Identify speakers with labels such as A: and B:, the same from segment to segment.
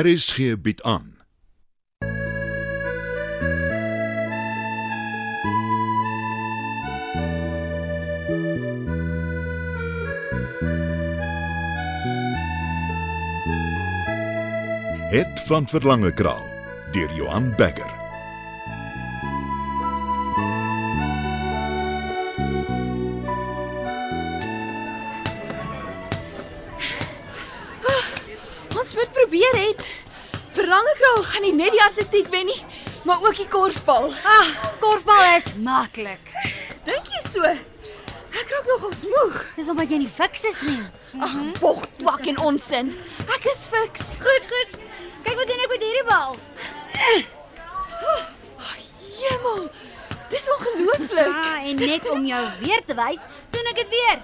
A: RSG bied aan. Het van Verlange Kraal deur Johan Becker.
B: Ons moet probeer het. Verlangekraal gaan nie net die atletiek wen nie, maar ook die korfbal.
C: Ag, Ah, korfbal is maklik.
B: Dink jy so? Ek raak nog ons moeg.
C: Dis omdat jy nie fiks is nie.
B: Ag, bog, twak en onsin. Ek is fiks. Goed, goed.
C: Kyk wat doen ek met hierdie bal.
B: Hemel. Ah, Dis ongelooflik.
C: Ah, en net om jou weer te wys, doen ek dit weer.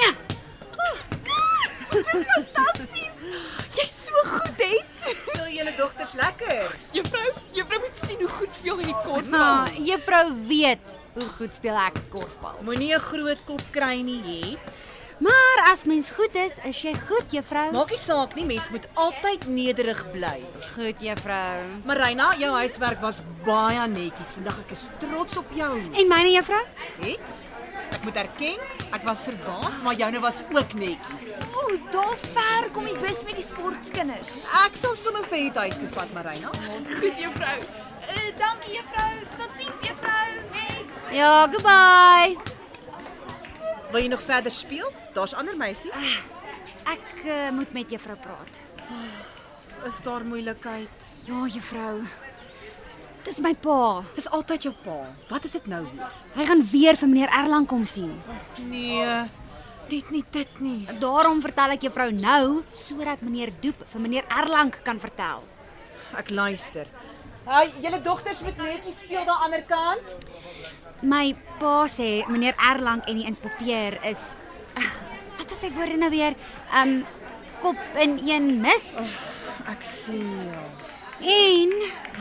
C: Ja,
B: Jy's so goed, het.
D: Speel julle dogters lekker.
B: Juffrou, juffrou moet sien hoe goed speel jy die
C: maar juffrou weet hoe goed speel ek korfbal.
D: Moenie 'n groot kop kry nie, hè.
C: Maar as mens goed is, is jy goed, juffrou.
D: Maak nie saak nie, mens moet altyd nederig bly.
C: Goed, juffrou.
D: Marina, jou huiswerk was baie netjies. Vandag ek is trots op jou.
C: En myne juffrou?
D: Het? Ek moet erken, ek was verbaas, maar joune was ook netjies.
B: O, daar ver kom die bus met die sportkinders.
D: Ek sal sommer vir dit huis toe vat, Marina.
B: Goed, juffrou. Uh,
C: Eh,
B: dankie juffrou. Totsiens juffrou. Hey.
C: Ja, goodbye.
D: Wil jy nog verder speel? Daar's ander meisies.
C: Ek uh, moet met juffrou praat.
D: Is daar moeilikheid?
C: Ja, juffrou. Dis my pa.
D: Dis altyd jou pa. Wat is dit nou weer?
C: Hy gaan weer vir meneer Erlang kom sien.
D: Nee. Dit nie dit nie.
C: Daarom vertel ek juffrou nou sodat meneer Doep vir meneer Erlang kan vertel.
D: Ek luister. Hey, julle dogters moet netjies speel daan die ander kant.
C: My pa sê meneer Erlang en die inspekteur is ag, wat was sy woorde nou weer? Um kop in een mis.
D: Ek sien ja. jou.
C: En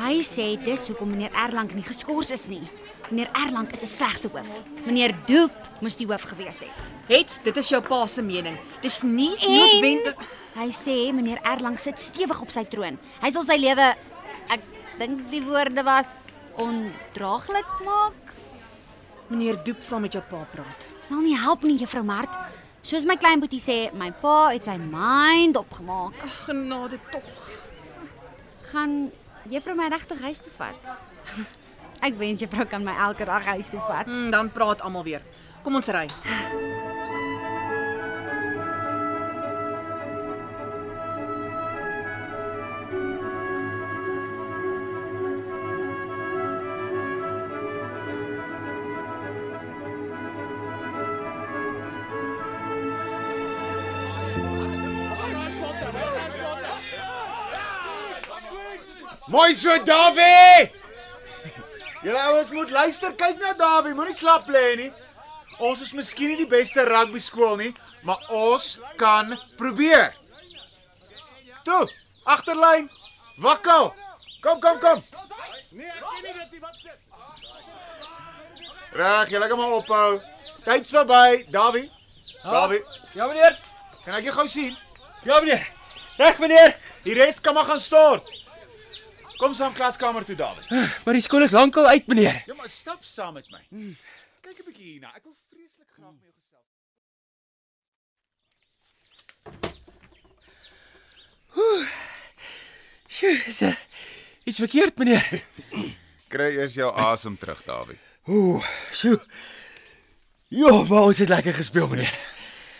C: hy sê dis hoekom meneer Erlang nie geskort is nie. Meneer Erlang is 'n slegte hoof. Meneer Doep moes die hoof gewees het.
D: Het, dit is jou pa se mening. Dis nie
C: En
D: noodwendig.
C: hy sê meneer Erlang sit stewig op sy troon. Hy sal sy lewe ek dink die woorde was ondraaglik maak.
D: Meneer Doep sal met jou pa praat.
C: Sal nie help nie, juffrou Mart. Soos my klein boetie sê, my pa het sy mind opgemaak.
D: Ag, genade tog.
C: Gaan juffrou my regtig huis toe vat? Ek wens juffrou kan my elke dag huis toe vat.
D: Mm, dan praat almal weer. Kom ons ry.
E: Mooi so, Dawie. Julle ouens moet luister, kyk na Dawie, moenie slap lê nie. Ons is miskien nie die beste rugby skool nie, maar ons kan probeer. Toe, agterlyn. Wakkel. Kom, kom, kom. Reg, julle kan maar ophou. Tyd's verby, Dawie. Dawie,
F: Ja meneer.
E: kan ek jou gou sien?
F: Ja meneer. Reg meneer.
E: Die res kan maar gaan stort. Kom saam klaskamer toe, Dawie.
F: Maar die skool is lankal uit meneer.
E: Ja, maar stap saam met my. Kyk 'n bietjie hierna. Ek wil vreeslik graag met jou gesels.
F: Sjoe, is eh, iets verkeerd meneer.
E: Kry eers jou asem terug, Dawie.
F: Ooh, sjoe. Ja, maar ons het lekker gespeel meneer.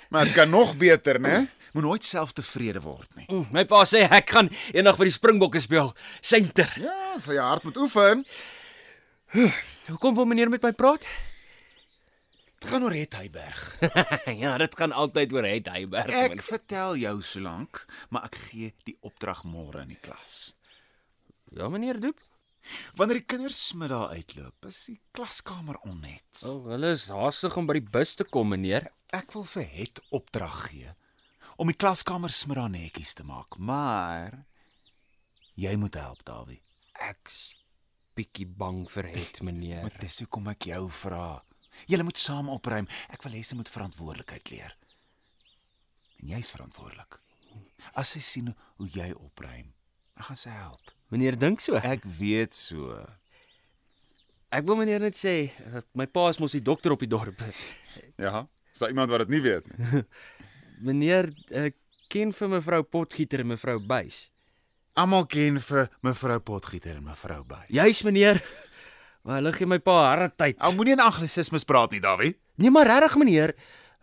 E: Maar dit kan nog beter, né? Moet nooit self tevrede word nie.
F: Mm, My pa sê ek gaan eendag vir die Springbokke speel. Senter.
E: Ja, so jy hard moet oefen.
F: Hoekom wil meneer met my praat?
E: Dit gaan nou oor Het Heyberg.
F: ja, dit gaan altyd oor Het Heyberg.
E: Ek
F: meneer.
E: vertel jou solank, maar ek gee die opdrag môre in die klas.
F: Ja meneer Doep.
E: Wanneer die kinders middag uitloop, is die klaskamer onnet.
F: O, oh, hulle is haastig om by die bus te kom meneer.
E: Ek wil vir Het opdrag gee om die klaskamer smiddag netjies te maak, maar jy moet help, Dawie.
F: Ek's bietjie bang vir Het meneer.
E: Maar dis hoekom ek jou vra. Julle moet saam opruim. Ek wil hê sy moet verantwoordelikheid leer. En jy's verantwoordelik. As sy sien hoe jy opruim, gaan sy help.
F: Meneer dink so.
E: Ek weet so.
F: Ek wil meneer net sê, eh, my pa is mos die dokter op die dorp.
E: Ja, is daar iemand wat dit nie weet nie?
F: Meneer eh, ken vir mevrou Potgieter en mevrou Buys.
E: Almal ken vir mevrou Potgieter en mevrou Bey.
F: Juis meneer. Maar hulle gee my pa harde tyd.
E: Ou moenie in anglisismes praat nie, Dawie.
F: Nee, maar regtig meneer,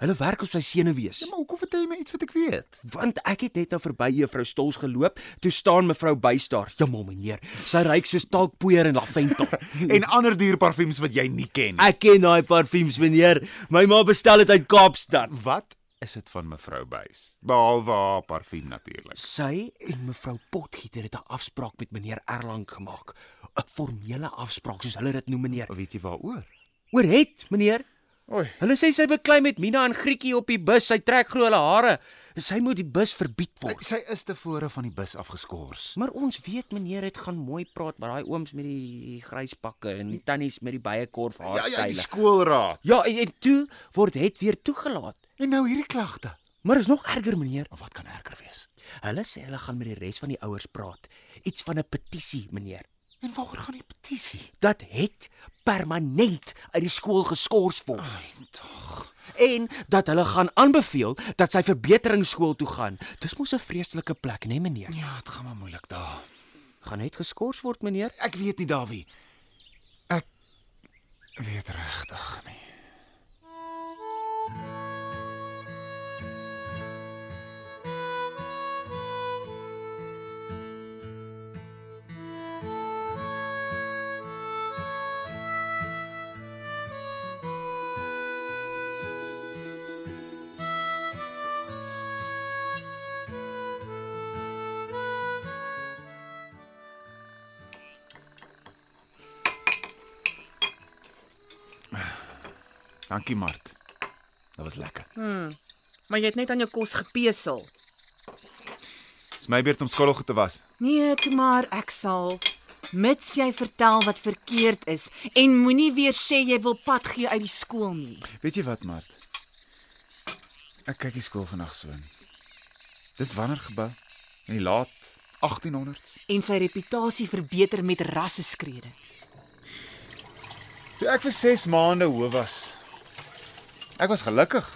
F: hulle werk op sy senuwees.
E: Ja, maar hoekom vertel jy my iets wat ek weet?
F: Want ek het net nou verby juffrou Stols geloop, toe staan mevrou Buys daar. Jammer meneer, sy ruik soos talkpoeier en laventel.
E: En ander duur parfuums wat jy nie ken nie.
F: Ek ken daai parfuums meneer. My ma bestel dit uit Kaapstad.
E: Wat is dit van mevrou Buys? Behalwe haar parfuum natuurlik.
F: Sy en mevrou Potgieter het 'n afspraak met meneer Erlang gemaak. 'n Formele afspraak soos hulle dit noem meneer.
E: Weet jy waaroor?
F: Oor het meneer.
E: Oei.
F: Hulle sê sy beklei met Mina en Grietjie op die bus. Sy trek glo hulle hare. Sy moet die bus verbied word.
E: Sy is tevore van die bus afgeskors.
F: Maar ons weet meneer het gaan mooi praat met daai ooms met die grys pakke en die tannies met die byekorf
E: Ja ja, die
F: haarstyle.
E: skoolraad.
F: Ja, en, en toe word het weer toegelaat.
E: En nou hierdie klagte.
F: Maar is nog erger meneer.
E: Wat kan erger wees?
F: Hulle sê hulle gaan met die res van die ouers praat. Iets van 'n petisie meneer.
E: En waaroor gaan die petisie?
F: dat het permanent uit die skool geskort word. Ai, tog. En dat hulle gaan aanbeveel dat sy verbeteringsskool toe gaan. Dis mos 'n vreeslike plek, né, nee, meneer? Ja.
E: dit gaan maar moeilik daar.
F: Gaan net geskort word, meneer.
E: Ek weet nie, Dawie. Ek weet regtig nie. Dankie, Mart. Dit was lekker.
D: Maar jy het net aan jou kos gepesel.
E: Dis my beurt om skottelgoed te was.
D: Nee, toe maar ek sal mits jy vertel wat verkeerd is en moenie weer sê jy wil pad gee uit die skool nie.
E: Weet jy wat, Mart? Ek kyk die skool vandag so in. Dis wanneer gebou? In die laat 1800s.
D: En sy reputasie verbeter met rasseskrede.
E: Toe ek vir 6 maande hoof was. Ek was gelukkig.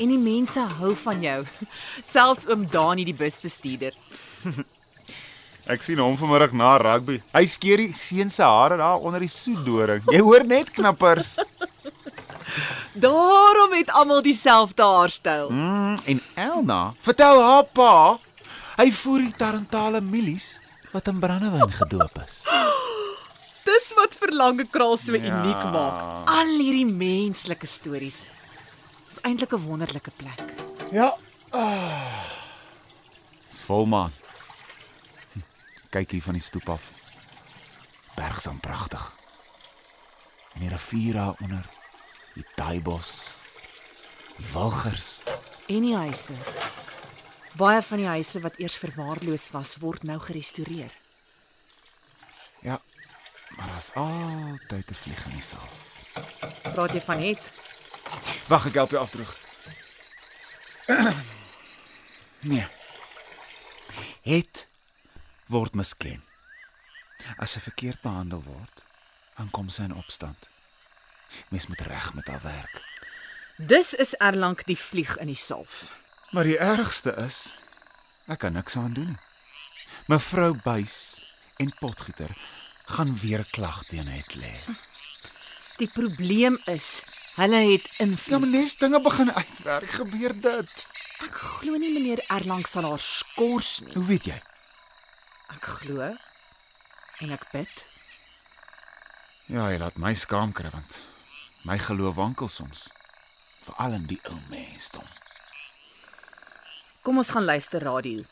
D: En die mense hou van jou. Selfs oom Dani die busbestuurder.
E: Ek sien hom vanmiddag na rugby. Hy skeer die seun se hare daar onder die soetdoring. Jy hoor net knappers.
D: Daarom het almal dieselfde haarstyl.
E: Mm, en Elna, vertel haar pa, hy voer die tarantale mielies wat in brandewyn gedoop is.
D: Dis wat Verlange Kraal so ja. uniek
E: Ja.
D: maak. Al hierdie menslike stories. Dis eintlik 'n wonderlike plek.
E: Ja. Ah. Dis volmaan. Hm, Kyk hier van die stoep af. Bergs aan pragtig. En die rivier daaronder, die taaibos, die wilgers.
D: En die huise. Baie van die huise wat eers verwaarloos was, word nou gerestoreer.
E: Ja. Maar daar's altyd 'n vlieg in die saal.
D: Praat jy van het?
E: Wag, ek help jou af terug. nee. Het word misken. As sy verkeerd behandel word, dan kom sy in opstand. Mens moet reg met haar werk.
D: Dis is Erlang die vlieg in die salf.
E: Maar die ergste is ek kan niks aan doen nie. Mevrou Buys en Potgieter gaan weer 'n klag teen het lê.
D: Die probleem is, hulle het invloed.
E: Ja, nes dinge begin uitwerk, gebeur dit.
D: Ja, Ek glo nie meneer Erlang sal haar skors nie.
E: Hoe weet jy?
D: Ek glo en ek bid.
E: Ja, hy laat my skaam kry want my geloof wankel soms, veral in die ou mensdom.
D: Kom ons gaan luister radio.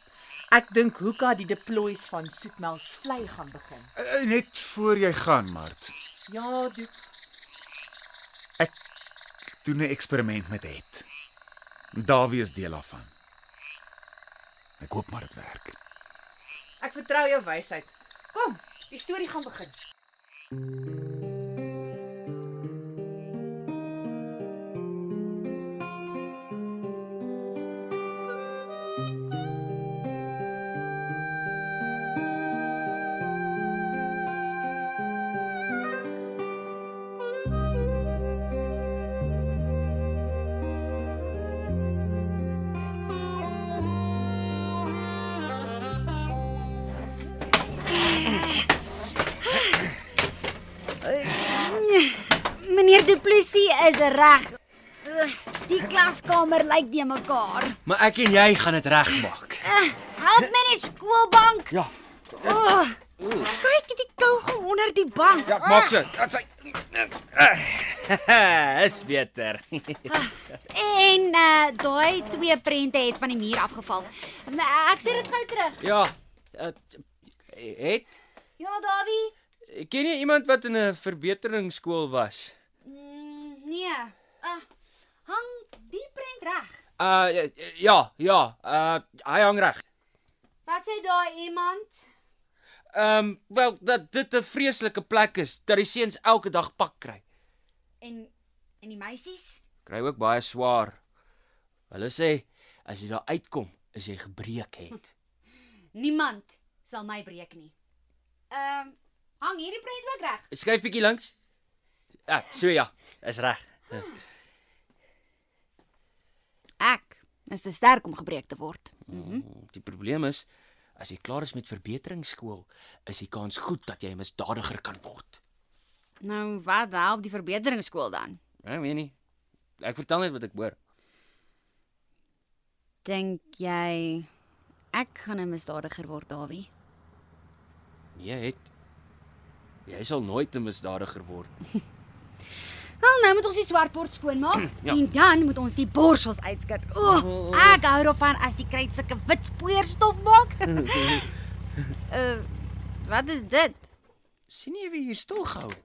D: Ek dink Hoeka die deploys van soetmelks vlei gaan begin.
E: Uh, net voor jy gaan, Mart,
D: Ja, Doek.
E: doen 'n eksperiment met het. Dawie is deel daarvan. Ek hoop maar dit werk.
D: Ek vertrou jou wysheid. Kom, die storie gaan begin.
C: is reg. Ugh, Die klaskamer lyk de mekaar.
F: Maar ek en jy gaan dit regmaak.
C: Ugh, Help my net skoolbank.
F: Ja.
C: Oh, kyk die kougel onder die bank.
F: Ja, maak so. Dat sy is beter.
C: En uh daai twee prente het van die muur afgeval. Nou, Ek sê dit gou terug.
F: ja. eh, Het
C: Ja, Dawie.
F: ken jy iemand wat in 'n verbeteringsskool was?
C: Mm, Nee. Ah, hang die prent reg.
F: Uh ja, ja, uh hy hang reg.
C: Wat sê daai iemand?
F: Ehm um, wel dat dit 'n vreeslike plek is dat die seuns elke dag pak kry.
C: En en die meisies?
F: Kry ook baie swaar. Hulle sê as jy daar uitkom, is jy gebreek het.
C: Niemand sal my breek nie. Ehm, hang hierdie prent ook reg.
F: Skuif bietjie links. Ja, so ja, is reg.
C: Ek is te sterk om gebreek te word.
F: Mm, Die probleem is as jy klaar is met verbeteringsskool, is die kans goed dat jy 'n misdadiger kan word.
C: Nou wat help die verbeteringsskool dan?
F: Ek Nou, weet nie. Ek vertel net wat ek hoor.
C: Dink jy ek gaan 'n misdadiger word, Dawie?
F: Nee, het jy sal nooit 'n misdadiger word.
C: Wel, nou moet ons die swartbord skoonmaak
F: Ja.
C: en dan moet ons die borsels uitskit. O, ek hou daarvan as die kruit sulke wit spoorstof maak. uh, wat is dit?
F: sien jy wie hier stil gehou het?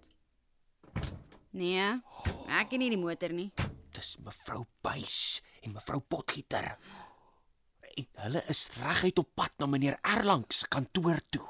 C: Nee. Ek ken nie die motor nie.
F: Dis mevrou Buys en mevrou Potgieter. En hulle is reguit op pad na meneer Erlang se kantoor toe.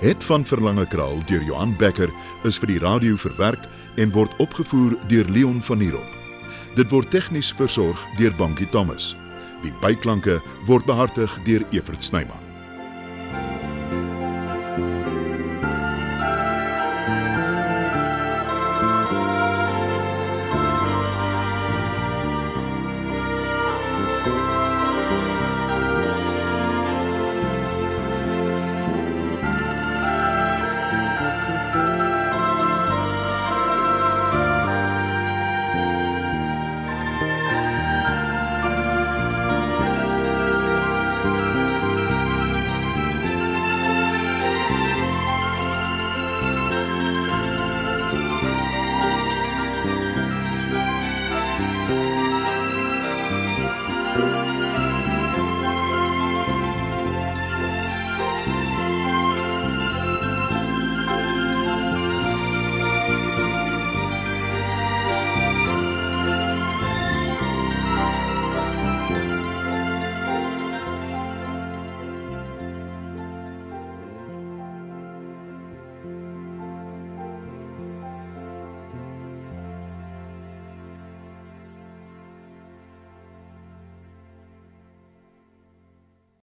A: Het van Verlange Kraal deur Johan Becker is vir die radio verwerk en word opgevoer deur Leon Van Heerop. Dit word tegnies versorg deur Bankie Thomas. Die byklanke word behartig deur Evert Snyman.